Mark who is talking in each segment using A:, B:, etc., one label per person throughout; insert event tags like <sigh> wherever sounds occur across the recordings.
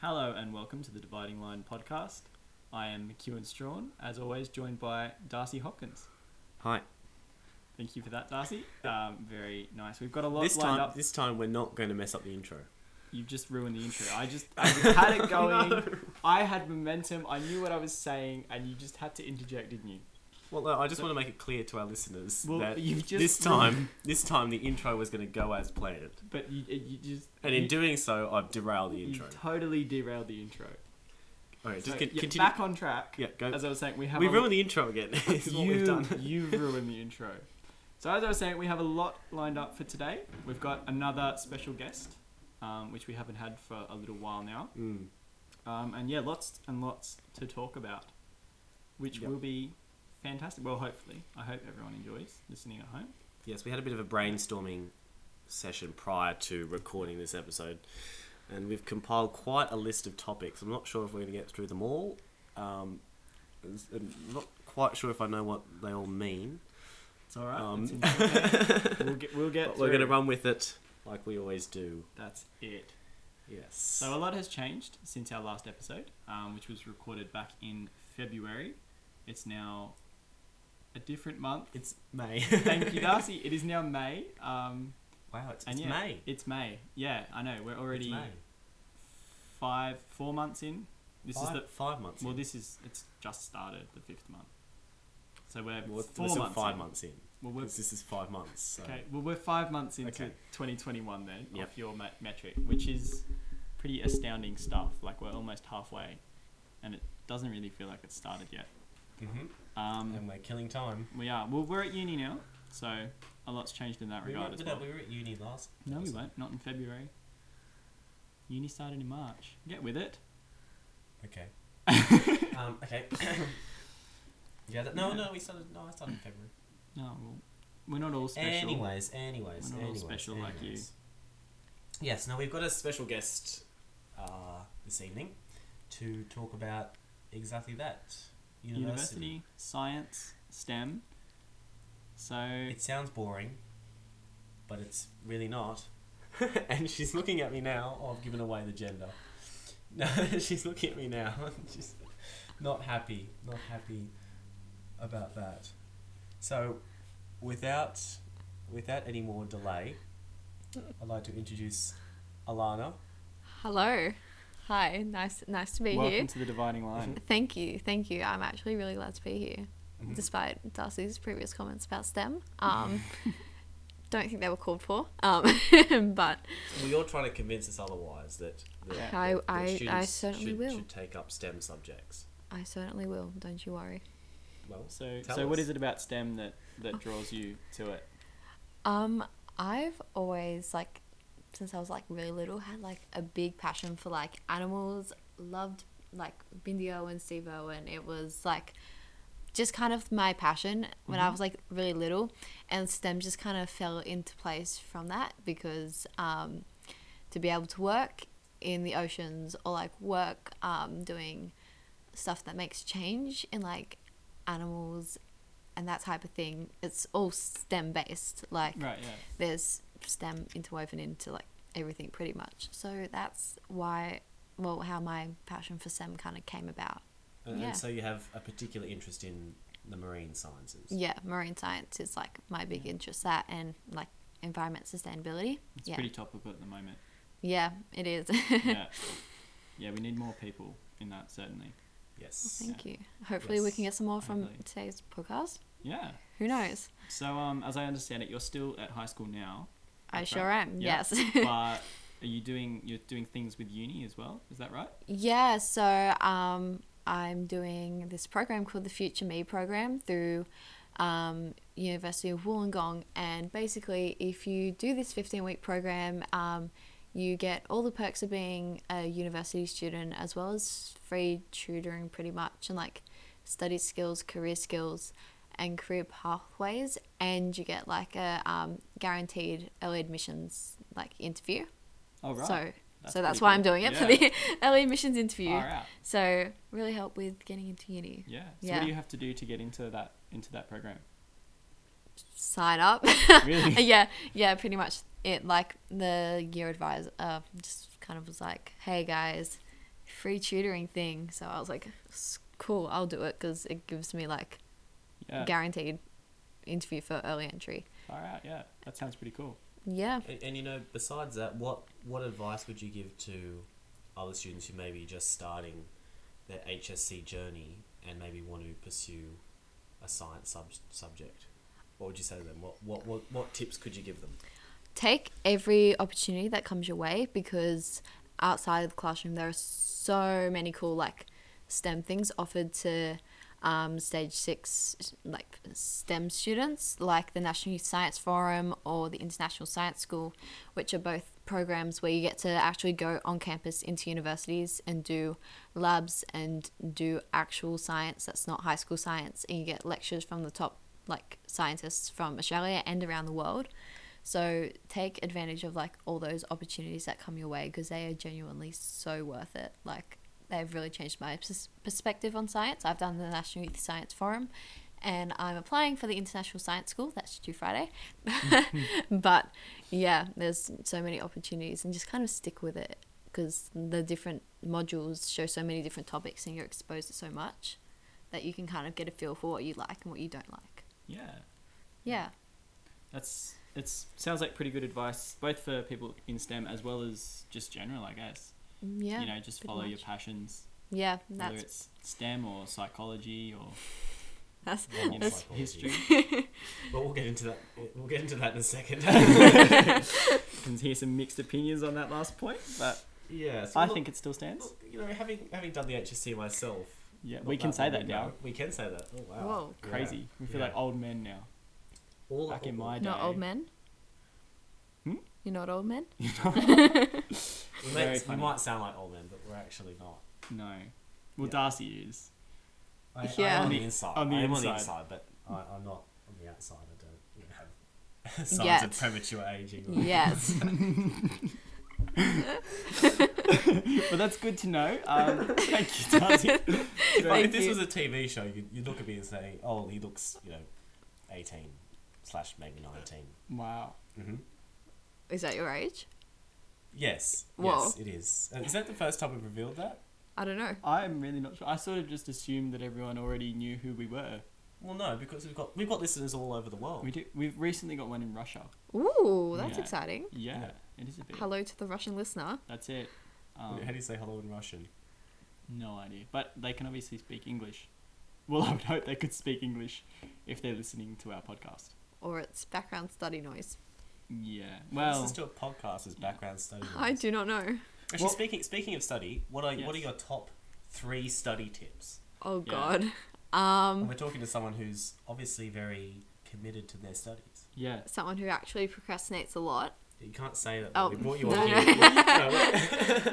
A: Hello and welcome to the Dividing Line podcast. I am McEwen Strawn, as always, joined by Darcy Hopkins.
B: Hi.
A: Thank you for that, Darcy. Um, very nice. We've got a lot
B: This
A: lined
B: time,
A: up.
B: this time we're not going to mess up the intro.
A: You just ruined the intro. I just, I just had
B: <laughs>
A: it going. I had momentum. I knew what I was saying, and you just had to interject, didn't you?
B: Well, no, I just
A: So-
B: want to make it clear to our listeners
A: Well,
B: that
A: you've just <laughs>
B: this time, this time the intro was going to go as planned,
A: But you, you just
B: and in
A: you,
B: doing so, I've derailed the
A: you
B: intro.
A: totally derailed the intro.
B: Okay, just
A: So,
B: con-
A: yeah,
B: continue.
A: back on track.
B: yeah, go.
A: As I was saying, we have
B: We
A: a-
B: ruined the intro again. <laughs> is what we've
A: you,
B: done.
A: <laughs> you ruined the intro. So as I was saying, we have a lot lined up for today. We've got another special guest, um, which we haven't had for a little while now,
B: Mm.
A: um, and yeah, lots and lots to talk about, which
B: Yep.
A: will be fantastic. Well, hopefully, I hope everyone enjoys listening at home.
B: Yes, we had a bit of a brainstorming session prior to recording this episode, and we've compiled quite a list of topics. I'm not sure if we're going to get through them all. Um, and- and I'm not quite sure if I know what they all mean.
A: It's all right.
B: Um,
A: it's
B: <laughs>
A: enjoyable. we'll get. We'll get.
B: But we're going to
A: through.
B: run with it like we always do.
A: That's it.
B: Yes.
A: So uh, a lot has changed since our last episode, um, which was recorded back in February. It's now a different month.
B: it's May.
A: Thank
B: <laughs>
A: you, <laughs> Darcy. It is now May. Um,
B: wow, it's,
A: and
B: it's
A: yeah,
B: May.
A: It's May. Yeah, I know. We're
B: It's
A: already
B: May.
A: five, four months in. This
B: five,
A: is
B: five months.
A: the well.
B: in.
A: This is it's just started the fifth month. So we're
B: Well, it's-
A: four
B: we're still
A: months.
B: five
A: in.
B: months in.
A: Well, we're,
B: 'cause this is five months. So.
A: okay. Well, we're five months into
B: Okay.
A: 2021 then,
B: Yep.
A: off your ma- metric, which is pretty astounding stuff. Like we're almost halfway, and it doesn't really feel like it's started yet.
B: Mm-hmm.
A: Um,
B: And we're killing time.
A: we are. Well, we're at uni now, so a lot's changed in that
B: We
A: regard
B: were,
A: as
B: no,
A: well.
B: we were at uni last.
A: No, we
B: episode.
A: won't. Not in February. Uni started in March. Get with it.
B: Okay.
A: <laughs>
B: um, okay. <coughs> yeah. That, no, no, we started. No, I started in February.
A: No, Oh, well, we're not all special.
B: Anyways, anyways,
A: We're not all
B: anyways,
A: special like you.
B: anyways. Yes. Now we've got a special guest uh, this evening to talk about exactly that
A: University,
B: university.
A: science, STEM. So
B: It sounds boring, but it's really not. <laughs> and she's looking at me now. Oh, I've given away the gender. <laughs> No, she's looking at me now. <laughs> she's not happy. Not happy about that. So, without without any more delay, I'd like to introduce Alana.
C: Hello. Hi. Nice nice to be
A: welcome
C: here.
A: to Mm-hmm. the dividing line.
C: Thank you. Thank you. I'm actually really glad to be here.
B: Mhm.
C: Despite Darcy's previous comments
A: <laughs>
C: about STEM. Um don't think they were called for. Um <laughs> but
B: Well, you're trying to convince us otherwise that, that,
A: Yeah.
C: I-
B: that
C: I- I
B: students
C: certainly
B: should,
C: will.
B: should take up STEM subjects.
C: I certainly will, don't you worry.
B: Well,
A: <laughs> So
B: Tell
A: so what
B: us.
A: is it about STEM that that draws you to it?
C: Um I've always like since I was like really little had like a big passion for like animals, loved like Bindio and Stevo and it was like just kind of my passion when I was like really little, and STEM just kind of fell into place from that because um, to be able to work in the oceans or like work um, doing stuff that makes change in like animals and that type of thing, it's all STEM based. Like
A: Right, yeah.
C: there's STEM interwoven into like everything pretty much. So that's why, well, how my passion for STEM kind of came about.
B: and,
C: Yeah.
B: and so you have a particular interest in the marine sciences.
C: Yeah, marine science is like my big interest. That and like environment sustainability.
A: It's
C: yeah,
A: pretty topical at the
C: <laughs>
A: moment.
C: yeah, it is. <laughs>
A: Yeah. yeah, we need more people in that certainly.
B: Yes.
C: Thank you. Hopefully, we can
B: Yes,
C: get some more from
A: hopefully.
C: today's podcast.
A: Yeah.
C: Who knows?
A: So um as I understand it, you're still at high school now,
C: I
A: That's
C: sure am.
A: Yeah.
C: Yes.
A: but are you doing you're doing things with uni as well? Is that right?
C: Yeah, so um, I'm doing this program called the Future Me program through um, University of Wollongong, and basically, if you do this 15 week program, um, you get all the perks of being a university student, as well as free tutoring, pretty much, and like study skills, career skills, and career pathways, and you get like a um, guaranteed early admissions like interview.
A: Oh right.
C: So.
A: That's
C: so that's
A: pretty
C: why
A: cool.
C: I'm doing it for
A: Yeah.
C: the <laughs> early admissions interview.
A: Far out.
C: So really help with getting into uni.
A: Yeah. So what
C: Yeah.
A: do you have to do to get into that into that
C: <laughs>
A: program? <laughs>
C: Sign up. <laughs>
A: Really?
C: yeah, yeah, pretty much it. Like the year advisor uh, just kind of was like, "Hey guys, free tutoring thing. So I was like, "S- cool, I'll do it because it gives me like
A: Yeah.
C: guaranteed interview for early entry.
A: All right. Yeah. That sounds pretty cool.
C: Yeah.
B: And, and you know, besides that, what what advice would you give to other students who may be just starting their HSC journey and maybe want to pursue a science sub- subject? What would you say to them? What, what what what tips could you give them?
C: take every opportunity that comes your way because outside of the classroom there are so many cool like STEM things offered to um, stage six like STEM students like the National Youth Science Forum or the International Science School, which are both programs where you get to actually go on campus into universities and do labs and do actual science that's not high school science and you get lectures from the top like scientists from Australia and around the world. So take advantage of like all those opportunities that come your way because they are genuinely so worth it. Like they've really changed my pers- perspective on science. I've done the National Youth Science Forum and I'm applying for the International Science School. That's due Friday. <laughs> but yeah, there's so many opportunities and just kind of stick with it because the different modules show so many different topics and you're exposed to so much that you can kind of get a feel for what you like and what you don't like.
A: Yeah.
C: Yeah.
A: That's it's sounds like pretty good advice both for people in STEM as well as just general, I guess.
C: Yeah.
A: Mm. you know, just
C: pretty
A: follow your
C: much.
A: passions,
C: yeah,
A: whether
C: that's
A: it's STEM or psychology
C: <laughs>
A: or
C: That's
B: Well, not
A: his-
B: psychology.
C: <laughs>
A: history.
B: But we'll get into that. we'll- We'll get into that in a second.
A: <laughs>
B: <laughs>
A: Can hear some mixed opinions on that last point, but
B: yeah, so
A: I
B: look-
A: think it still stands.
B: look, you know, having having done the HSC myself,
A: Yeah,
B: not
A: we can say
B: long
A: that
B: ago-
A: now.
B: We can say that. Oh wow,
C: Whoa.
B: Yeah.
A: Crazy. We feel
B: Yeah.
A: like old men now.
B: All
A: Back in
B: all-
A: my day,
C: not old men.
A: Hmm?
C: You're not old men.
B: We,
A: Very
B: might, we
A: funny.
B: might sound like old men, but we're actually not.
A: No, well
B: Yeah.
A: Darcy is.
B: I,
C: Yeah.
B: I'm on
A: On
B: the
A: the-
B: inside.
A: on the
B: I am on the
A: inside.
B: inside, but I, I'm not on the outside. I don't you know, have <laughs> signs
C: Yet.
B: of premature aging.
C: <laughs>
A: <laughs>
B: or-
C: yes.
A: Well, that's good to know. Um,
B: <laughs>
A: thank you, Darcy.
B: If, I- if
C: Thank
B: this
C: you.
B: was a TV show, you'd, you'd look at me and say, "Oh, he looks, you know, 18 slash maybe 19."
A: Wow.
B: Mm-hmm.
C: Is that your age?
B: Yes.
C: Whoa.
B: Yes, it is. Uh, Is that the first time we've revealed that?
C: I don't know.
A: I'm really not sure. I sort of just assumed that everyone already knew who we were.
B: Well, no, because we've got we've got listeners all over the world.
A: We do. We've recently got one in Russia.
C: Ooh, that's
A: Yeah.
C: exciting.
A: Yeah, it is a bit.
C: Hello to the Russian listener.
A: That's it. Um,
B: How do you say hello in Russian?
A: No idea. But they can obviously speak English. Well, <laughs> I would hope they could speak English if they're listening to our podcast.
C: Or it's background study noise.
A: Yeah.
B: this
A: Well,
B: is to a podcast as background study.
C: I
B: noise.
C: do not know.
B: Actually,
A: Well-
B: speaking speaking of study, what are what are
A: Yes.
B: your top three study tips?
C: Oh
A: Yeah.
C: god.
B: And
C: Um
B: we're talking to someone who's obviously very committed to their studies.
A: yeah.
C: someone who actually procrastinates a
A: <laughs>
C: lot.
B: You can't say that.
C: Oh,
B: we brought you
C: no,
B: on
C: no.
B: here.
C: <laughs>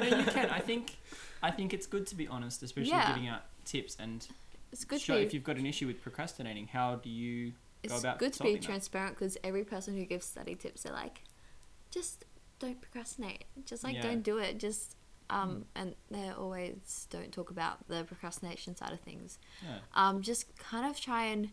B: No,
A: No, you can. I think, I think it's good to be honest, especially
C: Yeah.
A: giving out tips and
C: It's good
A: show
C: to
A: if
C: be
A: you've got an issue with procrastinating. How do you? go
C: it's
A: about
C: good to be
A: solving that.
C: transparent because every person who gives study tips are like, just don't procrastinate. Just like
A: Yeah. Mm.
C: don't do it. Just um and they always don't talk about the procrastination side of things.
A: Yeah.
C: um, just kind of try and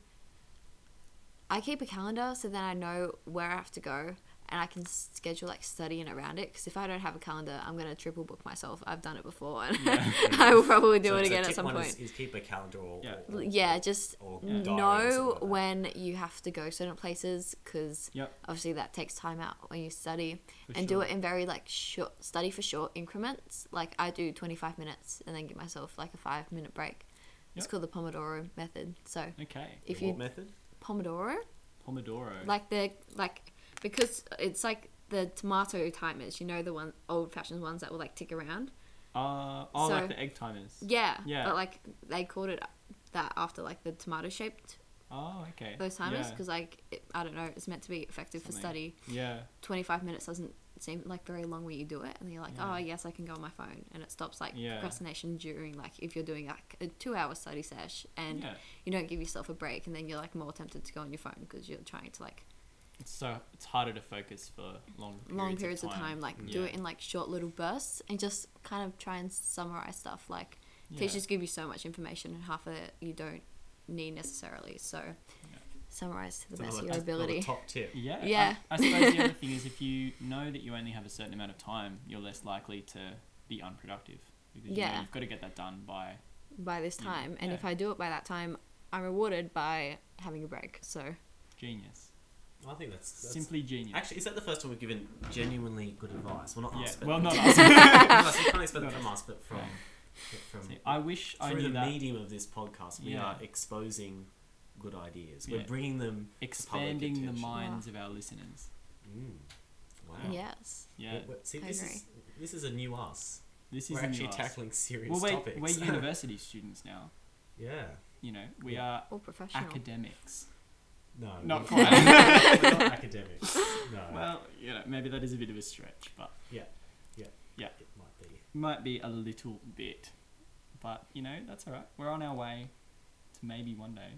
C: I keep a calendar so then I know where I have to go and I can schedule like studying around it because if I don't have a calendar, I'm gonna triple book myself. I've done it before and <laughs> I will probably do
B: So-
C: it
B: so
C: again
B: tip
C: at some
B: one
C: point.
B: Is, is keep a calendar or,
A: Yeah.
B: or-
C: yeah, just
B: or diary or something
C: know
B: like that.
C: when you have to go certain places because
A: Yep.
C: obviously that takes time out when you study
A: For
C: and do
A: sure.
C: it in very like short study for short increments like i do 25 minutes and then give myself like a five minute break it's
A: Yep.
C: called the pomodoro method so
A: Okay.
C: if
B: What
C: you
B: method.
C: pomodoro
A: Pomodoro.
C: like the like because it's like the tomato timers you know the one old fashioned ones that will like tick around
A: uh, oh,
C: so-
A: like the egg timers.
C: yeah
A: Yeah.
C: but like they called it that after like the tomato shaped
A: Oh, okay.
C: those timers
A: Yeah.
C: because like it, i don't know it's meant to be effective for
A: Something.
C: study
A: yeah.
C: 25 minutes doesn't seem like very long when you do it and you're like
A: Yeah.
C: oh yes i can go on my phone and it stops like
A: Yeah.
C: procrastination during like if you're doing like a two hour study sesh and
A: Yeah.
C: you don't give yourself a break and then you're like more tempted to go on your phone because you're trying to like
A: It's so it's harder to focus for long periods
C: long periods
A: of
C: of time, like do
A: Yeah.
C: it in like short little bursts and just kind of try and summarize stuff like
A: Yeah.
C: teachers give you so much information and half of it you don't need necessarily so summarize to the best of your
B: Another- another
C: ability
B: top tip.
A: Yeah. I-
C: Yeah.
A: I, suppose
C: <laughs>
A: the other thing is if you know that you only have a certain amount of time, you're less likely to be unproductive. Because you know
C: Yeah.
A: you've got to get that done by.
C: by this
A: Mm,
C: time, and
A: yeah.
C: if I do it by that time, I'm rewarded by having a break. So
A: Genius.
B: I think that's, that's
A: Simply genius.
B: Actually, is that the first time we've given genuinely good advice? Well, not
A: yeah.
B: us, but <laughs>
A: Well, not
B: not
A: us.
B: us. You can't expect
A: Not
B: it from
A: us.
B: us, but from but from
A: See, I wish I
B: through
A: knew
B: the
A: that.
B: medium of this podcast, we
A: Yeah.
B: are exposing good ideas.
A: Yeah.
B: We're bringing them.
A: Expanding the
B: attention.
A: minds of our listeners.
B: Mm, wow.
A: Yeah.
C: yes,
A: Yeah.
B: Well, well, see,
C: I
B: this
C: agree.
B: is this is a new us.
A: this is
B: We're
A: a new
B: actually
A: us.
B: tackling serious
A: Well, we're,
B: topics. <laughs>
A: we're university students now.
B: yeah.
A: You know, we
B: Yeah.
A: are
C: all professional.
A: academics.
B: No.
A: Not <laughs>
B: <laughs> we're-
A: quite.
B: we're not academics. No.
A: <laughs> Well, you know, maybe that is a bit of a stretch, but
B: it might be.
A: might be a little bit. But you know, that's all right. We're on our way to maybe one day.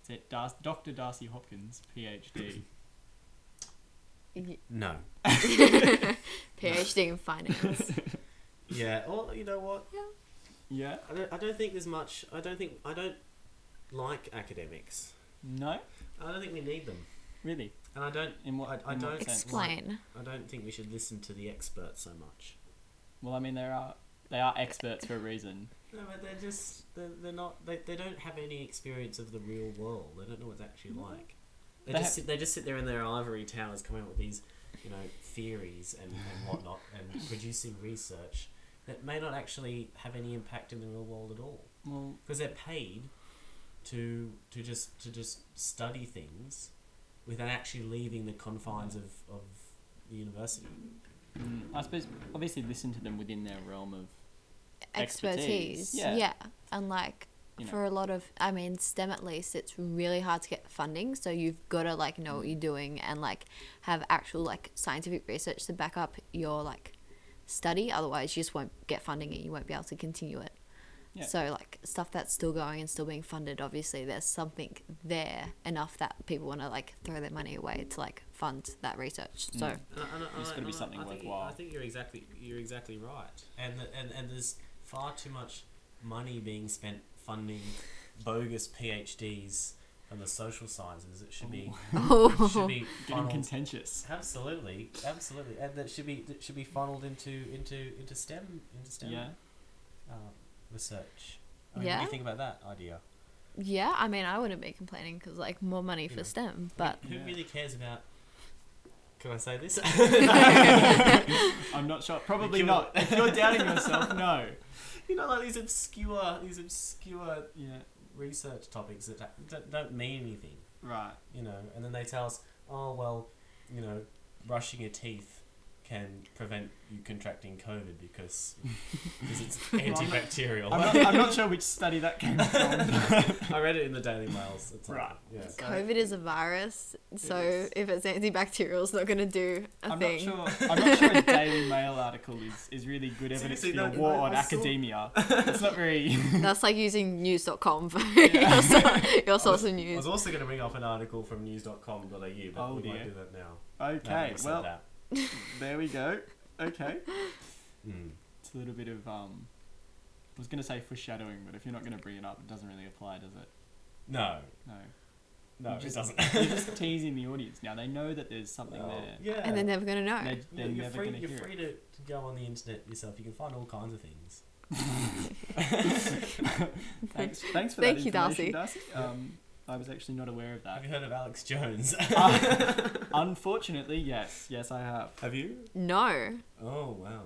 A: It's it, Dar- Dr. Darcy Hopkins,
B: <coughs>
A: PhD. <laughs>
C: Y- <laughs>
B: No.
C: PhD in
A: <laughs>
C: finance.
B: Yeah. Or you know what?
A: yeah.
B: I don't, I don't think there's much. I don't think I don't like academics.
A: No.
B: I don't think we need them,
A: Really.
B: and I don't.
A: In what?
B: I- I
A: in what
B: don't-
A: sense?
C: Explain.
B: I don't think we should listen to the experts so much.
A: Well, I mean, there are they are experts for a reason.
B: No, but they're just they're, they're not they, they don't have any experience of the real world. They don't know what's actually like. They,
A: They
B: just
A: have-
B: sit, they just sit there in their ivory towers, coming up with these, you know, theories and, and whatnot, and producing research that may not actually have any impact in the real world at all.
A: Well,
B: because they're paid to to just to just study things without actually leaving the confines of, of the university.
A: mm, I suppose obviously listen to them within their realm of
C: Expertise.
A: Expertise, yeah.
C: Yeah. And like
A: You know.
C: for a lot of, I mean, STEM at least, it's really hard to get funding. So you've got to like know what you're doing and like have actual like scientific research to back up your like study. Otherwise, you just won't get funding and you won't be able to continue it.
A: Yeah.
C: So like stuff that's still going and still being funded, obviously there's something there enough that people want to like throw their money away to like fund that research. So
A: Mm.
B: And, I- and, I-
A: It's gotta
B: and
A: be
B: I-
A: something
B: I think,
A: worthwhile.
B: I think you're exactly you're exactly right. And the, and and there's far too much money being spent funding bogus PhDs and the social sciences. It should be
A: Mm. <laughs>
C: <laughs>
B: it should
C: oh,
B: be
A: getting
B: funneled
A: contentious.
B: Absolutely, absolutely, and that should be that should be funneled into into into STEM into STEM
A: Yeah.
B: um, research. I mean, What do
C: Yeah.
B: you think about that idea?
C: yeah. I mean, I wouldn't be complaining because like more money for
B: Yeah.
C: STEM, but
B: Who
A: Yeah.
B: really cares about? Can I say this? <laughs>
A: I'm not sure. Probably
B: Give it-
A: not. If you're doubting yourself, no.
B: you know, like these obscure these obscure
A: <laughs> Yeah.
B: research topics that ha- don't, don't mean anything,
A: Right.
B: you know. And then they tell us, oh well, you know, brushing your teeth can prevent you contracting COVID <laughs> because because it's
A: I'm not-
B: antibacterial.
A: <laughs>
B: <laughs>
A: I'm not, I'm not sure which study that came from.
B: I read it in the Daily Mails. It's like,
A: Right.
B: Yeah.
C: COVID is a virus. So
A: is.
C: if it's antibacterial, it's not going to do a
A: I'm not
C: thing.
A: sure. I'm not sure a Daily Mail article is, is really good evidence
B: Seriously,
A: for your
B: no,
A: war
B: I-
A: on
B: I saw- <laughs>
A: academia. It's not very.
C: <laughs> That's like using news.com for
A: Yeah.
C: <laughs> your, sor- your source of
B: I
C: news.
B: was also going to bring up an article from news.com.au, but
A: Oh,
B: we
A: dear.
B: won't do that now. No,
A: Okay.
B: we said
A: well,
B: that.
A: there we go. Okay.
B: Mm.
A: It's a little bit of um. I was gonna say foreshadowing, but if you're not gonna bring it up, it doesn't really apply, does it?
B: no,
A: No.
B: no,
A: You just-
B: it doesn't.
A: You're just teasing the audience now. They know that there's something
B: Well,
A: there.
B: Yeah,
C: And they're never going to know.
A: They,
B: You-
A: they're
B: you're
A: never
B: free,
A: gonna
B: you're
A: hear <laughs>
B: free
A: it.
B: to, to go on the internet yourself. You can find all kinds of things.
A: Thanks. Thanks for
C: Thank
A: that
C: you,
A: information,
C: Darcy.
A: Darcy. Um, I was actually not aware of
B: Have
A: that.
B: you heard of Alex Jones?
C: <laughs>
A: Uh, unfortunately, yes, yes, I have.
B: <laughs> Have <laughs> you?
C: no,
B: Oh wow,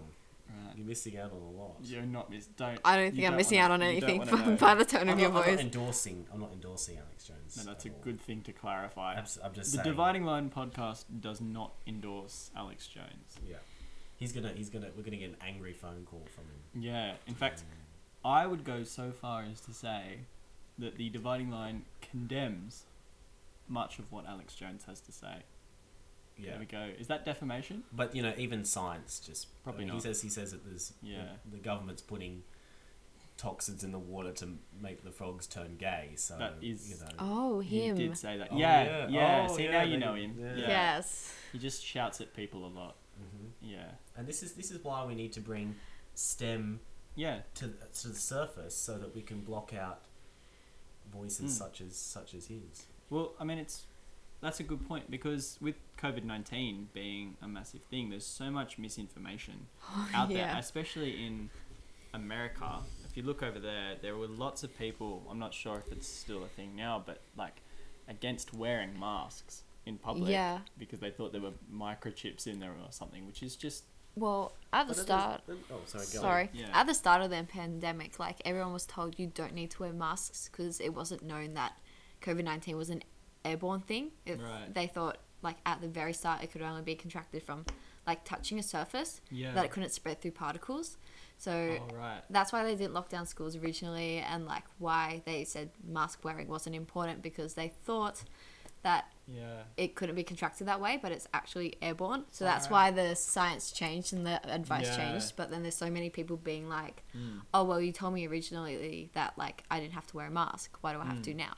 A: Right.
B: you're missing out on a lot.
A: You're not miss. Don't.
C: I don't
A: you
C: think I'm
A: don't
C: missing
A: wanna-
C: out on
A: you don't
C: anything
A: wanna
C: from,
A: know.
C: by the tone
B: I'm
C: of
B: not,
C: your
B: I'm not
C: voice.
B: endorsing. I'm not endorsing Alex Jones.
A: No, that's a
B: at all.
A: good thing to clarify.
B: Abs- I'm just
A: the
B: saying.
A: Dividing Line podcast does not endorse Alex Jones.
B: Yeah, he's gonna. He's gonna. We're gonna get an angry phone call from him. Um,
A: Yeah. In fact, I would go so far as to say that the Dividing Line condemns much of what Alex Jones has to say.
B: Yeah.
A: There we go. Is that defamation?
B: But you know, even science just
A: Probably
B: I mean,
A: not.
B: He says he says that there's
A: Yeah.
B: the, the government's putting toxins in the water to make the frogs turn gay. So
A: That is-
B: you know,
C: Oh, him.
A: You did say that.
B: Oh,
A: yeah.
B: yeah.
A: Yeah.
B: Oh,
A: See
B: yeah,
A: now you
B: they-
A: know him.
B: yeah.
C: Yes.
A: He just shouts at people a lot.
B: hmm
A: Yeah.
B: and this is this is why we need to bring STEM
A: Yeah.
B: to the- to the surface so that we can block out voices
A: Mm.
B: such as such as his.
A: Well, I mean, it's that's a good point because with COVID nineteen <laughs> Oh, being a massive thing, there's so much misinformation out there,
C: yeah.
A: especially in America, if you look over there, there were lots of people. I'm not sure if it's still a thing now, but like against wearing masks in public
C: Yeah.
A: because they thought there were microchips in there or something, which is just
C: Well, at
B: But
C: the
B: it was-
C: start,
B: Oh, sorry. Go
C: Sorry.
B: On.
A: Yeah.
C: At the start of the pandemic, like everyone was told you don't need to wear masks because it wasn't known that COVID 19 was an airborne thing. It,
A: Right.
C: They thought, like, at the very start, it could only be contracted from like touching a surface,
A: yeah.
C: that it couldn't spread through particles. So
A: oh, right.
C: that's why they didn't lock down schools originally, and like why they said mask wearing wasn't important because they thought that
A: Yeah.
C: it couldn't be contracted that way, but it's actually airborne. So that's why
A: Alright.
C: the science changed and the advice
A: Yeah.
C: changed. But then there's so many people being like,
A: Mm.
C: "Oh well, you told me originally that like I didn't have to wear a mask. Why do I have to
A: Mm.
C: now?"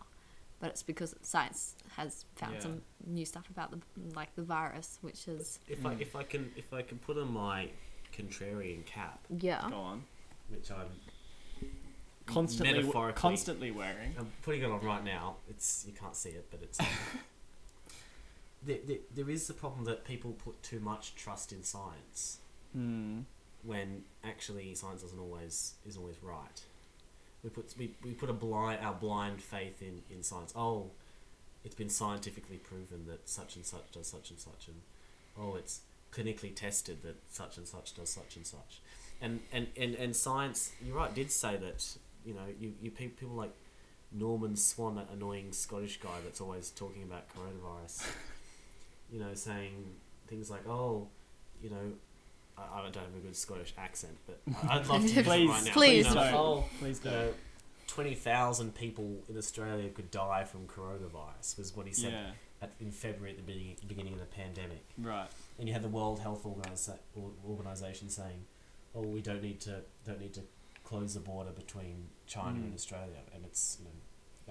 C: But it's because science has found
A: Yeah.
C: some new stuff about the like the virus, which is
B: If I if I can if I can put on my contrarian cap,
C: yeah,
A: Go on.
B: which I'm
A: Constantly, w-
B: metaphorically,
A: constantly wearing.
B: I'm putting it on right now. It's you can't see it, but
C: <laughs>
B: it's. there, there, there is the problem that people put too much trust in science
A: Hmm.
B: when actually science doesn't always isn't always right. We put we, we put a blind our blind faith in, in science. Oh, it's been scientifically proven that such and such does such and such, and oh, it's clinically tested that such and such does such and such, and and and, and science. You're right. Did say that you know you you pe- people like Norman Swan, that annoying Scottish guy that's always talking about coronavirus. <laughs> you know, saying things like oh, you know. I I don't have a good Scottish accent, but I-
A: <laughs>
B: I'd love to use
A: <laughs>
B: it
A: Please,
B: right now.
C: please
B: but, you know,
A: don't.
B: oh,
A: Please
B: you
A: don't.
B: know, 20,000 people in Australia could die from coronavirus, was what he said
A: yeah.
B: at, in February at the beginning, beginning of the pandemic.
A: Right.
B: And you had the World Health Organisa- Or- Organization saying, oh, we don't need to, don't need to close the border between China
A: Mm.
B: and Australia. And it's, you know,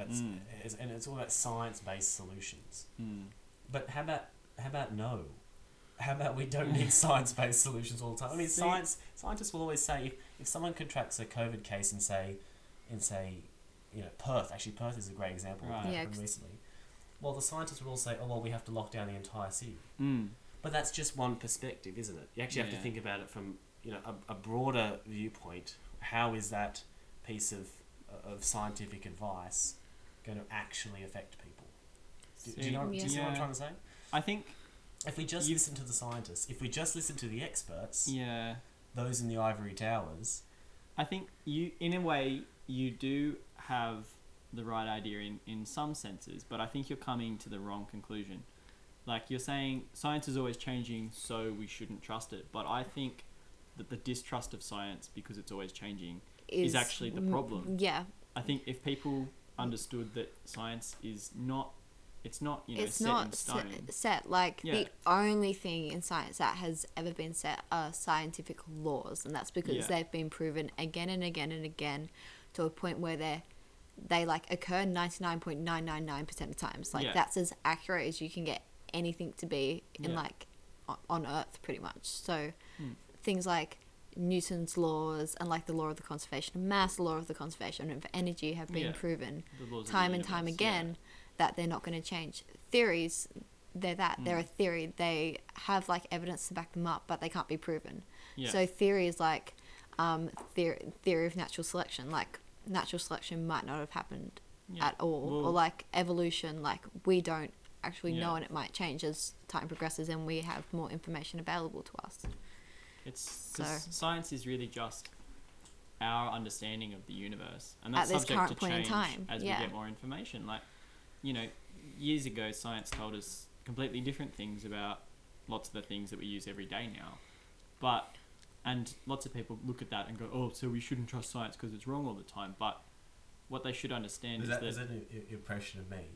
B: that's,
A: Mm.
B: it's, and it's all about science based solutions.
A: Hmm.
B: But how about, how about no? How about we don't
A: <laughs>
B: need science based solutions all the time? I mean,
A: See-
B: science scientists will always say if, if someone contracts a COVID case and say, and say, you know, Perth. Actually, Perth is a great example. of
A: Right.
B: that
C: Yeah,
B: happened
C: 'cause-
B: recently. Well, the scientists would all say, oh well, we have to lock down the entire city.
A: Hmm.
B: But that's just one perspective, isn't it? You actually have
A: Yeah.
B: to think about it from you know a, a broader viewpoint. How is that piece of of scientific advice going to actually affect people? Do, do you know? Do you see what I'm
A: Yeah.
B: trying to say?
A: I think.
B: If we just
A: You-
B: listen to the scientists, if we just listen to the experts,
A: Yeah.
B: those in the ivory towers,
A: I think you, in a way, you do have the right idea in, in some senses, but I think you're coming to the wrong conclusion. Like you're saying, science is always changing, so we shouldn't trust it. But I think that the distrust of science because it's always changing. Is actually the
C: mm,
A: problem.
C: Yeah,
A: I think if people understood that science is not, it's not you know
C: it's
A: set
C: not
A: in
C: s-
A: stone.
C: set. Like
A: Yeah.
C: the only thing in science that has ever been set are scientific laws, and that's because
A: Yeah.
C: they've been proven again and again and again to a point where they're they like occur ninety nine point nine nine nine percent of times. Like
A: Yeah.
C: that's as accurate as you can get anything to be in
A: Yeah.
C: like o- on Earth, pretty much. So
A: Hmm.
C: things like Newton's laws and like the law of the conservation of mass, the law of the conservation of energy have been
A: Yeah.
C: proven
A: the laws of the
C: time and time
A: universe, yeah.
C: again that they're not going to change. Theories, they're that. They're
A: Mm.
C: a theory. They have like evidence to back them up, but they can't be proven.
A: Yeah.
C: So theory is like um, theory, theory of natural selection. Like natural selection might not have happened
A: Yeah.
C: at all, or
A: Well-
C: like evolution. Like we don't actually know,
A: Yeah.
C: and it might change as time progresses and we have more information available to us.
A: It's
C: So-
A: s- science is really just our understanding of the universe, and
C: At
A: that's
C: this
A: subject
C: current
A: to
C: point in
A: change
C: time,
A: as
C: yeah.
A: we get more information. Like, you know, years ago, science told us completely different things about lots of the things that we use every day now, but and lots of people look at that and go, "Oh, so we shouldn't trust science because it's wrong all the time." But what they should understand
B: is
A: is
B: that,
A: that.
B: is that an i- impression
A: <laughs>
B: of me?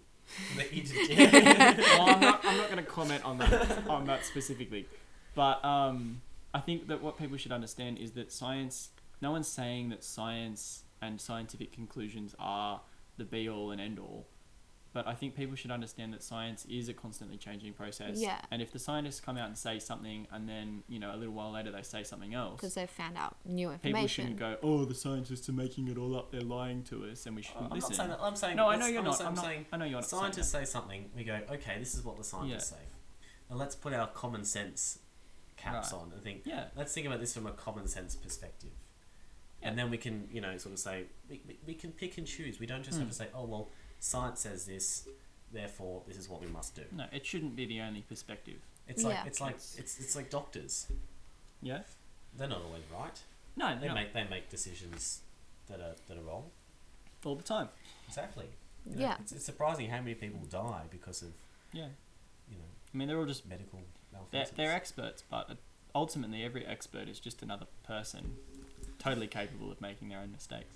B: That you did-
A: well, I'm not, I'm not going to comment on that on that specifically, but um, I think that what people should understand is that science. No one's saying that science and scientific conclusions are the be all and end all, but I think people should understand that science is a constantly changing process.
C: Yeah.
A: And if the scientists come out and say something, and then you know a little while later they say something else,
C: Because they've found out new
A: people
C: information.
A: shouldn't go, "Oh, the scientists are making it all up. They're lying to us," and we <laughs> shouldn't
B: Uh, I'm
A: listen.
B: not saying that. I'm saying
A: No, I
B: that's-
A: know you're
B: I'm
A: not.
B: saying-
A: I'm not.
B: saying
A: I know you're not. saying that.
B: scientists say something. We go, okay, this is what the scientists say. Now let's put our common sense caps
A: Right.
B: on and think.
A: Yeah.
B: Let's think about this from a common sense perspective. and then we can you know sort of say we, we, we can pick and choose. We don't just have
A: Mm.
B: to say oh well science says this, therefore this is what we must do.
A: No, it shouldn't be the only perspective.
B: It's like
C: Yeah.
B: it's like
A: It's-
B: it's it's like doctors.
A: Yeah.
B: They're not always right.
A: No, they're
B: They
A: not.
B: make they make decisions that are that are wrong.
A: all the time.
B: Exactly. You know,
C: Yeah.
B: It's, it's surprising how many people die because of
A: Yeah.
B: you know
A: I mean, they're all just
B: medical
A: they're,
B: malfeasance.
A: they're experts, but ultimately, every expert is just another person, totally capable of making their own mistakes.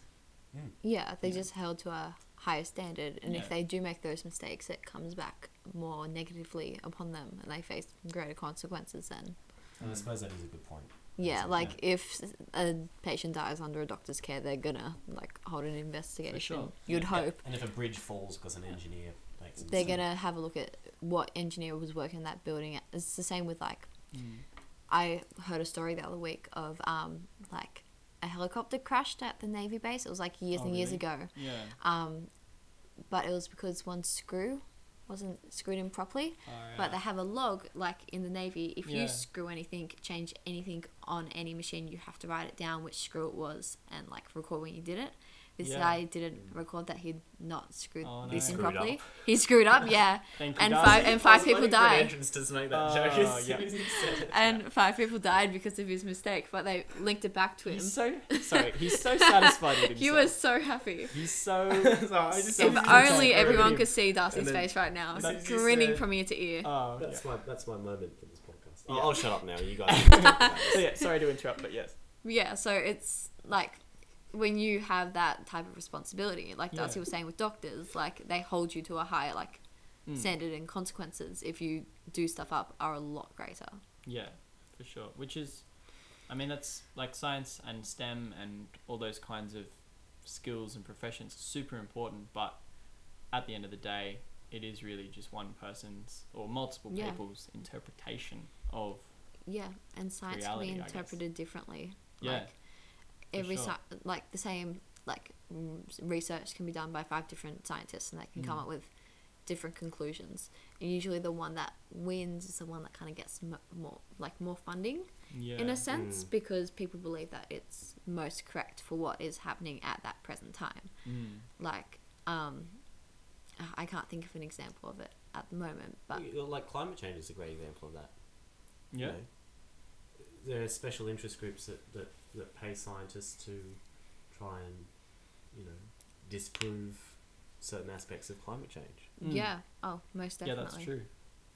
C: Yeah, they're
A: Yeah.
C: just held to a higher standard, and
A: Yeah.
C: if they do make those mistakes, it comes back more negatively upon them, and they face greater consequences. Then,
B: and I suppose that is a good point.
C: yeah,
B: That's-
C: like if s- a patient dies under a doctor's care, they're gonna like hold an investigation.
A: sure.
C: You'd
B: Yeah.
C: hope
B: And if a bridge falls because an engineer makes a
C: they're
B: <laughs> mistake-
C: gonna have a look at what engineer was working in that building. It's the same with like
A: Mm.
C: I heard a story the other week of um like a helicopter crashed at the navy base. It was like years
A: Oh,
C: and years
A: really?
C: ago.
A: Yeah.
C: Um, but it was because one screw wasn't screwed in properly.
A: uh,
C: But they have a log, like in the Navy, if
A: Yeah.
C: you screw anything, change anything on any machine, you have to write it down which screw it was and like record when you did it. This
A: Yeah.
C: guy didn't record that he'd not screwed
A: Oh, no.
C: this in
B: Screwed up.
C: properly. He screwed
A: <laughs>
C: up, yeah.
A: Thank you,
C: and
A: Darcy.
C: five- and five
B: I was
C: people
B: waiting for an
C: died.
B: entrance to make that
A: Oh,
B: joke <laughs> as
A: yeah.
B: soon as he said it.
C: And five people died because of his mistake, but they linked it back to him.
A: He's so sorry. He's so satisfied with himself.
C: <laughs> He was so happy.
A: He's <laughs> so.
B: So I just-
A: So
C: if
A: he's
C: only
A: so
C: everyone
A: competitive.
C: could see Darcy's
B: then-
C: face right now,
B: as soon as you
C: grinning
B: said-
C: from ear to ear.
A: Oh, yeah.
B: That's my that's my moment for this podcast.
A: Yeah.
B: I'll, I'll shut up now. You
C: <laughs>
B: guys.
A: So, yeah. Sorry to interrupt, but yes.
C: Yeah, so it's like when you have that type of responsibility, like Darcy
A: Yeah.
C: was saying with doctors, like they hold you to a higher like
A: Mm.
C: standard and consequences if you do stuff up are a lot greater.
A: Yeah, for sure. Which is, I mean, that's like science and STEM and all those kinds of skills and professions are super important, but at the end of the day, it is really just one person's or multiple
C: Yeah.
A: people's interpretation of.
C: Yeah, and science
A: Reality, I
C: can be
A: guess.
C: interpreted differently.
A: Yeah,
C: like every
A: sure.
C: sci- like the same like mm, s- research can be done by five different scientists and they can come
A: Mm.
C: up with different conclusions. And usually the one that wins is the one that kind of gets mo more like more funding.
A: Yeah.
C: in a sense
B: Mm.
C: because people believe that it's most correct for what is happening at that present time
A: Mm.
C: like um I- i can't think of an example of it at the moment but
A: Mm.
B: like climate change is a great example of that. you
A: Yeah.
B: know. there are special interest groups that, that, that pay scientists to try and, you know, disprove certain aspects of climate change.
A: Mm.
C: yeah oh most
A: Yeah,
C: definitely
A: that's true.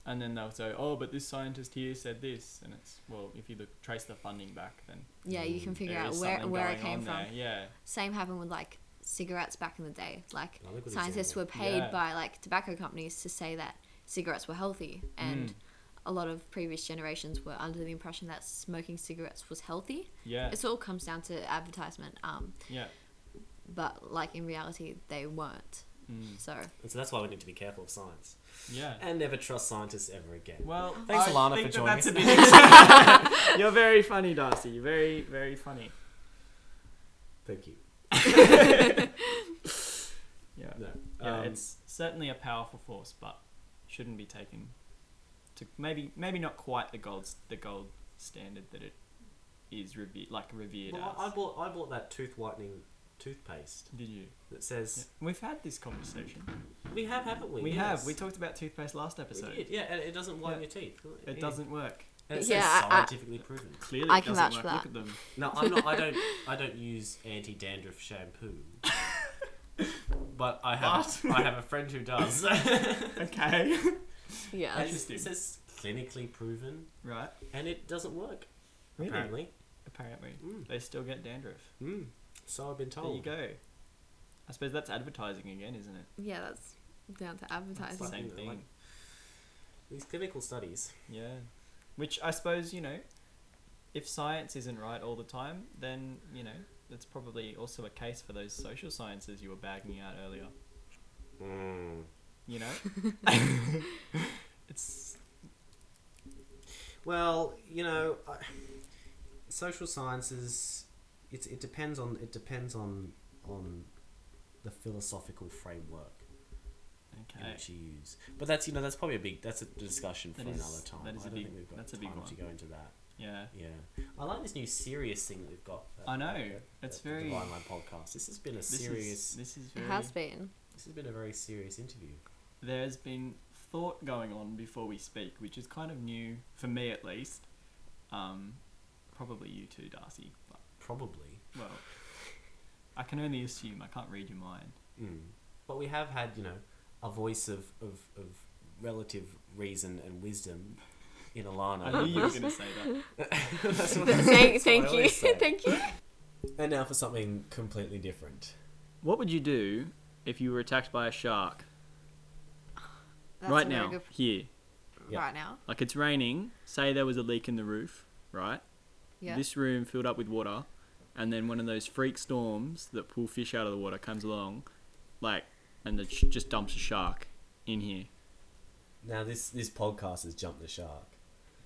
A: And then they'll say, "Oh, but this scientist here said this," and it's well, if you look trace the funding back, then
C: yeah you can
B: Mm.
C: figure
A: there
C: out
A: is
C: where
A: something
C: where it
A: going
C: came
A: on
C: from
A: there. Yeah.
C: same happened with like cigarettes back in the day like
B: Another good
C: scientists
B: example.
C: were paid
A: Yeah.
C: by like tobacco companies to say that cigarettes were healthy and
A: Mm.
C: a lot of previous generations were under the impression that smoking cigarettes was healthy
A: Yeah.
C: It's all comes down to advertisement um
A: Yeah.
C: but like in reality they weren't
A: Mm.
C: so
B: And so that's why we need to be careful of science.
A: Yeah.
B: And never trust scientists ever again.
A: Well,
B: Thanks,
A: I
B: Alana,
A: think
B: for
A: that
B: joining
A: that's
B: us.
A: a bit <laughs>
C: <laughs>
A: You're very funny, Darcy. You're very, very funny.
B: Thank you.
A: <laughs> Yeah.
B: No.
A: Yeah,
B: um,
A: it's certainly a powerful force, but shouldn't be taken to maybe maybe not quite the gold s- the gold standard that it is reve- like revered as.
B: well, I, I, bought, I bought that tooth whitening toothpaste
A: Did you?
B: that says,
A: Yeah. We've had this conversation.
B: we have, haven't we?
A: we
B: Yes.
A: have. We talked about toothpaste last episode.
B: We did, yeah, and it doesn't whiten
A: Yeah.
B: your teeth.
A: It doesn't work.
B: And it
C: Yeah,
B: says
C: I- I-
B: scientifically proven.
A: Clearly,
C: I
A: it
C: can
A: doesn't
C: vouch
A: work.
C: for
A: Look
C: that.
A: at them.
B: No, I'm not. I don't. I don't use anti-dandruff shampoo. But I have. I have a friend
A: <laughs>
B: who does. <laughs>
A: Okay.
C: yeah
B: And
A: That's-
C: that's,
B: it's- it says clinically proven,
A: right.
B: and it doesn't work.
A: Really?
B: Apparently.
A: Apparently,
B: Mm.
A: they still get dandruff.
B: Mm. So I've been
A: There you
B: told.
A: go. I suppose that's advertising again, isn't it?
C: yeah that's down to
A: It's
C: advertising
A: the
B: That's
A: same
B: Fucking
A: thing.
B: like- These clinical studies.
A: Yeah. Which I suppose, you know, if science isn't right all the time, then, you know, it's probably also a case for those social sciences you were bagging out earlier. Hmm.
B: Mm.
A: You
C: <laughs>
A: know? <laughs> it's.
B: Well, you know, I, social sciences. It's, it depends on. It depends on on the philosophical framework in
A: Okay.
B: which you use. But that's you know that's probably a big that's a discussion for
A: That is-
B: another time.
A: that is
B: I
A: a
B: don't
A: big-
B: think we've got
A: that's a
B: time
A: big
B: to
A: one.
B: go into that.
A: Yeah.
B: Yeah, I like this new serious thing that we've got. uh,
A: I know,
B: uh, uh,
A: it's
B: the
A: very-
B: Divine Line podcast. This has been a
A: This
B: serious.
A: is this is very.
C: It has been.
B: This has been a very serious interview.
A: There's been thought going on before we speak, which is kind of new for me at least. Um, probably you too, Darcy. But
B: Probably.
A: well, I can only assume. I can't read your mind.
B: Mm. But we have had, you know, a voice of, of, of relative reason and wisdom in Alana.
A: I knew
B: <laughs>
A: you were going to say that.
B: That's what I-
C: thank,
B: <laughs> that's what I
C: thank you,
B: always say.
C: <laughs> thank you.
B: And now for something completely different.
A: <laughs> What would you do if you were attacked by a shark
C: That's
A: right
C: a very
A: now?
C: good-
A: Here,
B: Yeah.
C: Right now.
A: like it's raining. Say there was a leak in the roof, right?
C: Yeah.
A: This room filled up with water, and then one of those freak storms that pull fish out of the water comes along, like, and it sh- just dumps a shark in here.
B: Now this this podcast has jumped the shark.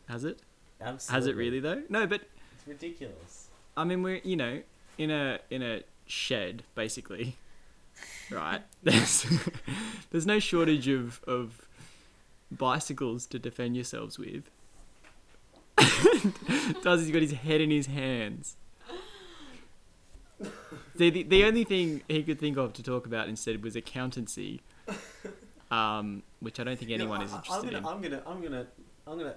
A: Has it?
B: Absolutely.
A: Has it really though? No, but
B: It's ridiculous.
A: I mean we're you know in a in a shed basically,
C: <laughs>
A: right? There's <laughs> there's no shortage of of bicycles to defend yourselves with. <laughs> Darcy's got his head in his hands. The, the, the only thing he could think of to talk about instead was accountancy, um, which I don't think anyone is interested
B: I'm gonna,
A: in.
B: I'm gonna, I'm gonna, I'm gonna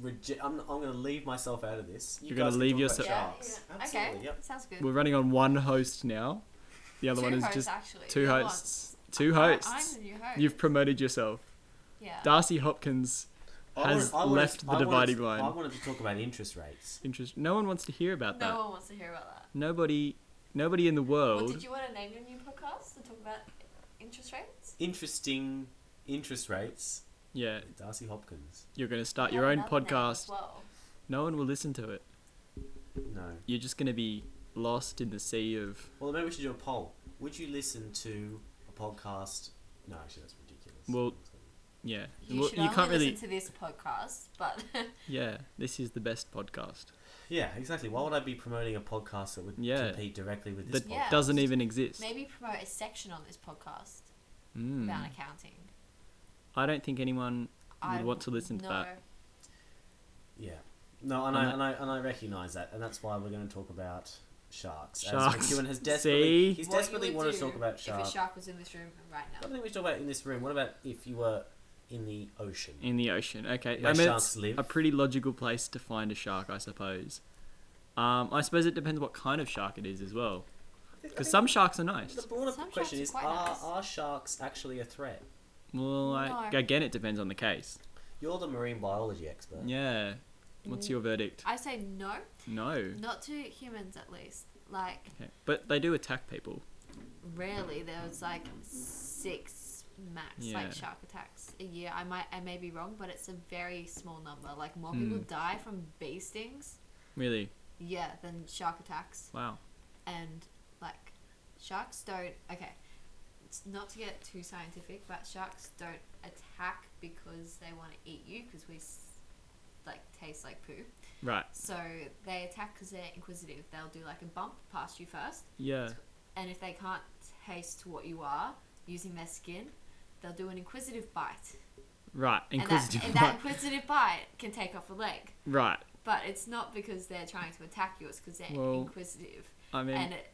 B: reject. I'm, I'm gonna leave myself out of this. You
A: You're gonna
B: guys can
A: leave
B: talk about
A: yourself-
C: yeah,
B: sharks.
C: yeah.
B: Absolutely.
C: Okay.
B: Yep.
C: Sounds good.
A: We're running on one host now. The other
C: two
A: one is
C: hosts,
A: just
C: actually.
A: two
C: You're the
A: hosts. Two
C: one. I-
A: hosts.
C: I'm the new host.
A: You've promoted yourself.
C: yeah.
A: Darcy Hopkins has left the dividing
B: wanted,
A: line.
B: I wanted to talk about interest rates.
A: Interest. No one wants to hear about
C: No
A: that.
C: one wants to hear about that.
A: Nobody, nobody in the
C: Well,
A: world.
C: did you want to name your new podcast to talk about interest rates?
B: Interesting interest rates.
A: yeah,
B: Darcy Hopkins.
A: you're going to start
C: We
A: your
C: have
A: own
C: another name as
A: podcast.
C: well.
A: No one will listen to it.
B: No.
A: You're just going to be lost in the sea of.
B: Well, maybe we should do a poll. Would you listen to a podcast? No, actually, that's ridiculous.
A: Well- Yeah,
C: You
A: Well,
C: should only
A: can't really.
C: listen to this podcast, but <laughs>
A: Yeah, this is the best podcast
B: Yeah, exactly. Why would I be promoting a podcast that would
A: Yeah.
B: compete directly with this
A: that
B: podcast?
C: Yeah.
A: doesn't even exist.
C: maybe promote a section on this podcast
A: Mm.
C: about accounting.
A: I don't think anyone
C: I
A: would want to listen to
C: no,
A: that.
B: Yeah. No,
A: And
B: and I,
A: that-
B: and I and I recognise that, and that's why we're going to talk about sharks.
A: Sharks.
B: As McEwen has
A: <laughs> See?
B: desperately, he's
C: What you
B: desperately
C: would
B: wanted to
C: do
B: talk about
C: If
B: sharks.
C: a shark was in this room right
B: I
C: now,
B: don't think we should talk about it in this room. What about if you were in the ocean?
A: In the ocean. Okay.
B: Where
A: I mean,
B: sharks
A: it's
B: live.
A: a pretty logical place to find a shark, I suppose. Um, I suppose it depends what kind of shark it is as well. Because some sharks are nice.
B: The broader
C: Some
B: question
C: sharks
B: is:
C: are quite
B: are,
C: nice.
B: are sharks actually a threat?
A: Well, I,
C: No.
A: again, it depends on the case.
B: You're the marine biology expert.
A: Yeah. What's your verdict?
C: I say no,
A: No.
C: not to humans at least. Like
A: Okay. But they do attack people.
C: rarely there was like six max
A: Yeah.
C: like shark attacks a year. I might I may be wrong, but it's a very small number. Like more people
A: Mm.
C: die from bee stings,
A: Really.
C: yeah, than shark attacks.
A: Wow.
C: and like sharks don't okay it's not to get too scientific but sharks don't attack because they want to eat you because we s- like taste like poo
A: Right.
C: so they attack because they're inquisitive they'll do like a bump past you first
A: Yeah.
C: and if they can't taste what you are using their skin they'll do an inquisitive bite
A: Right. Inquisitive. <laughs>
C: and that, and that inquisitive bite can take off a leg
A: right.
C: but it's not because they're trying to attack you it's because they're
A: Well,
C: inquisitive
A: I mean,
C: and it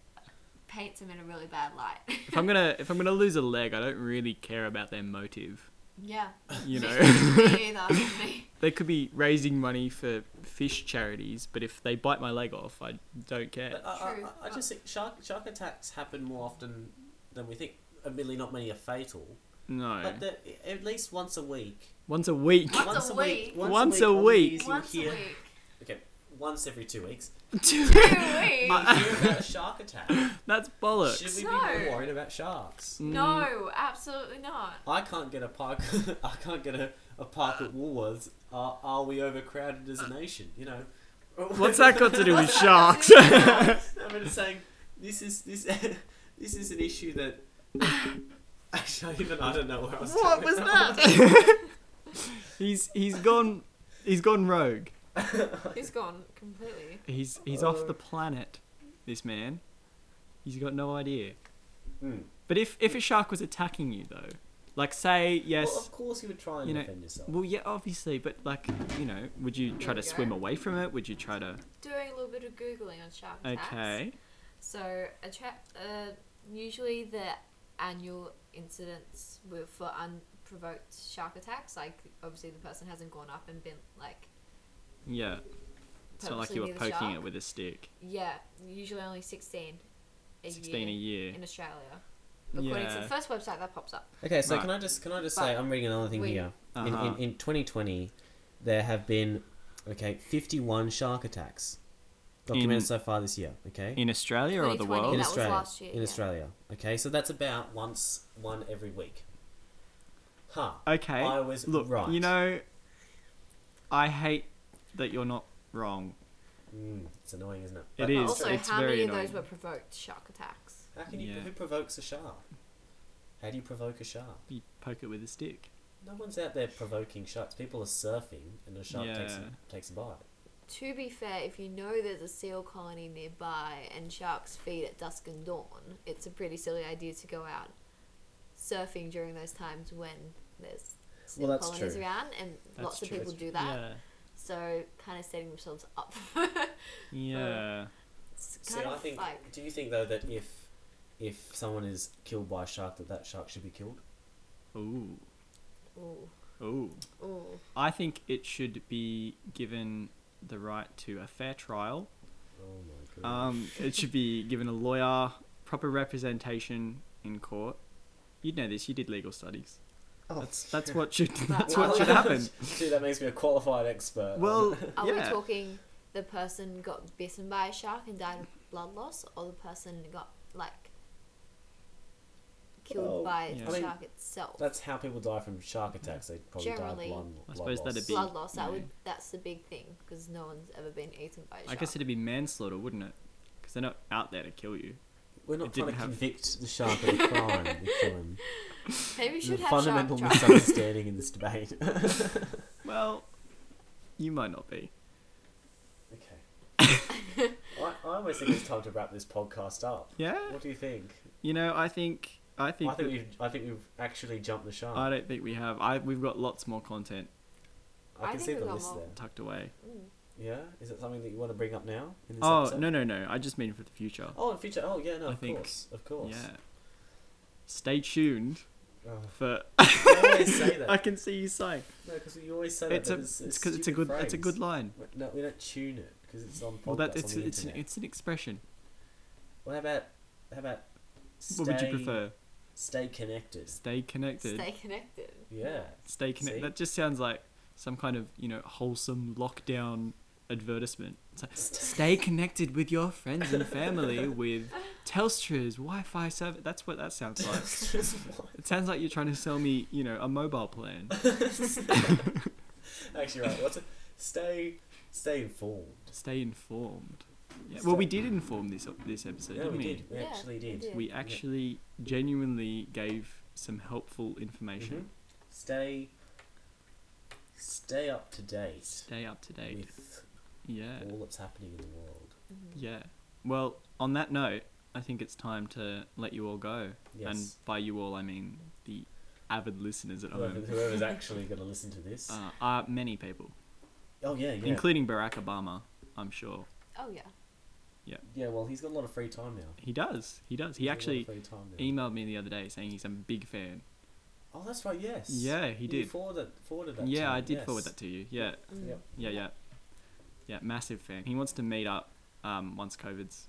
C: paints them in a really bad light. <laughs>
A: if I'm gonna if I'm gonna lose a leg, I don't really care about their motive.
C: yeah,
A: You
C: Me- <laughs>
A: know. <laughs>
C: me neither. Me.
A: they could be raising money for fish charities, but if they bite my leg off, I don't care.
B: But I,
C: True.
B: I, I just think shark shark attacks happen more often than we think. Admittedly, not many are fatal,
A: No.
B: but they're- eh, at least once a week.
A: Once a week.
C: Once a week.
A: Once a
B: on the
A: week.
B: news you'll
C: Once a
B: hear-
C: week, <laughs>
B: Okay, once every two weeks.
A: <laughs>
C: two weeks.
A: mm.
B: You'll hear about a shark attack.
A: That's bollocks.
B: Should we be
C: No.
B: worried about sharks?
C: no, absolutely not.
B: I can't get a park. <laughs> I can't get a, a park at Woolworths. Are, are we overcrowded as a nation? You know.
A: <laughs> What's that
B: <laughs>
A: got to do with
C: What's that
A: sharks?
C: got to
A: <laughs>
C: do with sharks?
B: I'm just saying this is this <laughs> this is an issue that. <laughs> Actually, even I don't know where I was.
C: What
B: going.
C: <laughs> was that?
A: <laughs> he's he's gone he's gone rogue.
C: He's gone completely.
A: He's he's off the planet, this man. He's got no idea.
B: Hmm.
A: But if if a shark was attacking you though, Like, say
B: Well,
A: yes.
B: of course you would try and
A: You know,
B: defend yourself.
A: Well, yeah, obviously, but like, you know, would you try to
C: Yeah.
A: swim away from it? Would you try to?
C: Doing a little bit of googling on shark attacks.
A: Okay.
C: So, a tra- uh, usually the annual incidents with, for unprovoked shark attacks, like obviously the person hasn't gone up and been like,
A: Yeah. It's not like
C: Purposely
A: you were
C: near the
A: poking it
C: shark?
A: with a stick.
C: yeah, usually only 16 a
A: Sixteen
C: year
A: a year.
C: in Australia. According to
A: Yeah.
C: the first website that pops up.
B: Okay, so
A: Right.
B: can I just can I just say
C: But
B: I'm reading another thing
C: we-
B: here.
A: Uh-huh.
B: In, in in 2020, there have been okay 51 shark attacks documented
A: In-
B: so far this year. Okay,
A: In Australia or the
C: 2020,
A: world?
B: in
C: that was
B: Australia.
C: last year,
B: in
C: yeah.
B: Australia. Okay, so that's about once one every week. Huh.
A: Okay.
B: I was
A: Look,
B: right.
A: you know, I hate that you're not wrong.
B: Mm, it's annoying, isn't it?
A: It
B: But
A: is.
C: But also,
A: it's
C: how
A: very
C: many
A: annoying.
C: of those were provoked shark attacks?
B: How can you?
A: Yeah.
B: Who provokes a shark? How do you provoke a shark?
A: You poke it with a stick.
B: No one's out there provoking sharks. People are surfing, and the shark takes
A: Yeah.
B: a, takes a bite.
C: To be fair, if you know there's a seal colony nearby and sharks feed at dusk and dawn, it's a pretty silly idea to go out surfing during those times when there's seal
B: Well, that's
C: colonies
B: true.
C: around, and
A: That's
C: lots of
A: true.
C: people do that. So, kind of setting themselves up. <laughs> for
A: Yeah. Yeah.
C: it's
B: See,
C: kind
B: I
C: of
B: think.
C: like
B: Do you think though that if if someone is killed by a shark, that that shark should be killed?
A: Ooh.
C: ooh,
A: Ooh.
C: ooh.
A: I think it should be given the right to a fair trial.
B: Oh my god.
A: Um, it should be given a lawyer, proper representation in court. You'd know this. You did legal studies. That's that's what
C: <laughs>
A: should that's what
B: <laughs>
A: should happen.
B: Gee, that makes me a qualified expert.
A: Well,
C: Are we
A: yeah.
C: talking the person got bitten by a shark and died of blood loss, or the person got like killed
B: Well,
C: by
A: yeah.
C: the
B: I mean,
C: shark
B: <laughs>
C: itself?
B: that's how people die from shark attacks. They probably die of
C: Generally.
A: I
B: blood,
A: suppose
B: blood
A: that'd
B: loss.
A: be-
C: blood loss. That
A: yeah.
C: would that's the big thing because no one's ever been eaten by a shark.
A: I guess it'd be manslaughter, wouldn't it? Because they're not out there to kill you.
B: We're
A: it
B: not trying to
A: didn't have-
B: convict the shark of <laughs> a crime. we kill him.
C: <laughs> Maybe we
B: The
C: should have shark
B: fundamental
C: trials.
B: misunderstanding in this <laughs> debate.
A: Well, you might not be.
B: <laughs> Okay. I, I almost think it's time to wrap this podcast up.
A: Yeah.
B: What do you think?
A: You know, I think I think,
B: I think
A: that-
B: we've I think we've actually jumped the shark.
A: I don't think we have. I we've got lots more content
B: I
C: I
B: can
C: think
B: see
C: we've
B: the
C: got
B: list
C: more.
B: there.
A: tucked away.
C: Mm.
B: Yeah, is it something that you want to bring up now? In this
A: oh
B: episode?
A: no no no! I just mean for the future.
B: Oh, in future. Oh yeah, no,
A: I
B: of
A: think-
B: course, of course.
A: Yeah. Stay tuned
B: Oh,
A: for.
B: you always say that.
A: <laughs> I can see you saying
B: No, because you always say that.
A: it's a
B: but
A: it's because it's a
B: stupid
A: good it's a
B: phrase.
A: good line.
B: No, we don't tune it because it's on. Podcasts
A: Well, that it's
B: on the
A: it's an,
B: internet.
A: it's an expression.
B: Well, how about how about? Stay,
A: what would you prefer?
B: Stay connected.
A: Stay connected.
C: <laughs> Stay connected.
B: Yeah. <laughs>
A: Stay connected.
B: See?
A: That just sounds like some kind of you know wholesome lockdown advertisement. It's like, Stay connected with your friends and family with Telstra's Wi-Fi service. That's what that sounds like. It sounds like you're trying to sell me, you know, a mobile plan.
B: Actually, right. What's it? Stay, stay informed.
A: Stay informed. Yeah. Well, we did inform this this episode,
B: Yeah,
A: didn't
B: we
A: we?
B: did. We
C: Yeah,
B: actually did.
C: we did.
A: We actually genuinely gave some helpful information.
B: Mhm. Stay, stay up to date
A: Stay up to date.
B: with
A: Yeah.
B: all that's happening in the world.
C: Mm-hmm.
A: Yeah. Well, on that note, I think it's time to let you all go. And
B: Yes.
A: by you all, I mean the avid listeners at
B: Whoever,
A: home. <laughs>
B: whoever's actually going to listen to this.
A: Uh, are many people,
B: oh yeah, yeah.
A: including Barack Obama, I'm sure.
C: Oh yeah.
B: yeah. Well, he's got a lot of free time now.
A: He does. He does. He
B: He's got a lot of
A: actually
B: free time now.
A: emailed me the other day saying he's a big fan.
B: Oh, that's right. Yes.
A: Yeah, he
B: You
A: did.
B: Forwarded, forwarded that. to
A: Yeah,
B: me,
A: I did
B: yes.
A: forward that to you. Yeah.
C: Mm.
B: Yep.
A: Yeah, yeah. Yeah, massive fan. He wants to meet up um, once COVID's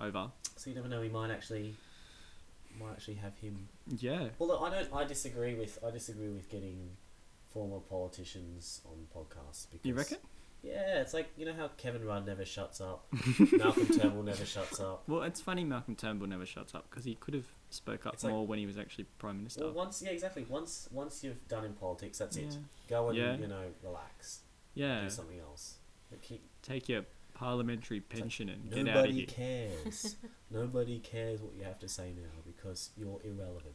A: over.
B: So you never know. We might actually, might actually have him.
A: Yeah.
B: Although I don't. I disagree with. I disagree with getting former politicians on podcasts because
A: You reckon?
B: Yeah, it's like you know how Kevin Rudd never shuts up,
A: <laughs>
B: Malcolm Turnbull never shuts up.
A: Well, it's funny Malcolm Turnbull never shuts up because he could have spoke up
B: It's like-
A: more when he was actually prime minister.
B: Well, once yeah, exactly. Once once you've done in politics, that's it.
A: Yeah.
B: Go and
A: Yeah.
B: you know relax,
A: Yeah.
B: do something else. But keep,
A: Take your parliamentary pension and get out of
B: nobody
A: here. <laughs>
B: cares. nobody cares what you have to say now because you're
A: <laughs>
B: irrelevant.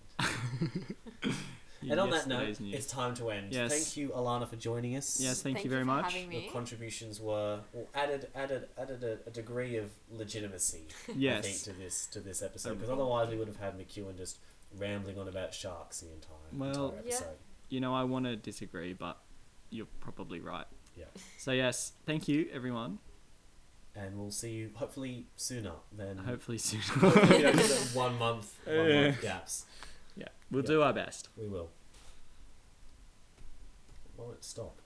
A: You
B: and on that
A: yesterday's
B: note,
A: news.
B: it's time to end.
A: Yes.
B: Thank you, Alana, for joining us.
A: yes, thank,
C: Thank
A: you
C: you
A: very
C: for
A: much.
C: having me.
B: Your contributions were well, added added added a, a degree of legitimacy. I think,
A: Yes.
B: to this to this episode
A: Um,
B: because otherwise we would have had McEwen just rambling on about sharks the entire,
A: Well-
B: entire
C: Yeah.
B: episode.
A: You know, I want to disagree, but you're probably right.
B: Yeah.
A: So yes, thank you everyone.
B: And we'll see you hopefully sooner than <laughs>
A: Hopefully soon. <laughs>
B: you know, the one month, one month gaps.
A: yeah, we'll do our best.
B: We will. Won't stop.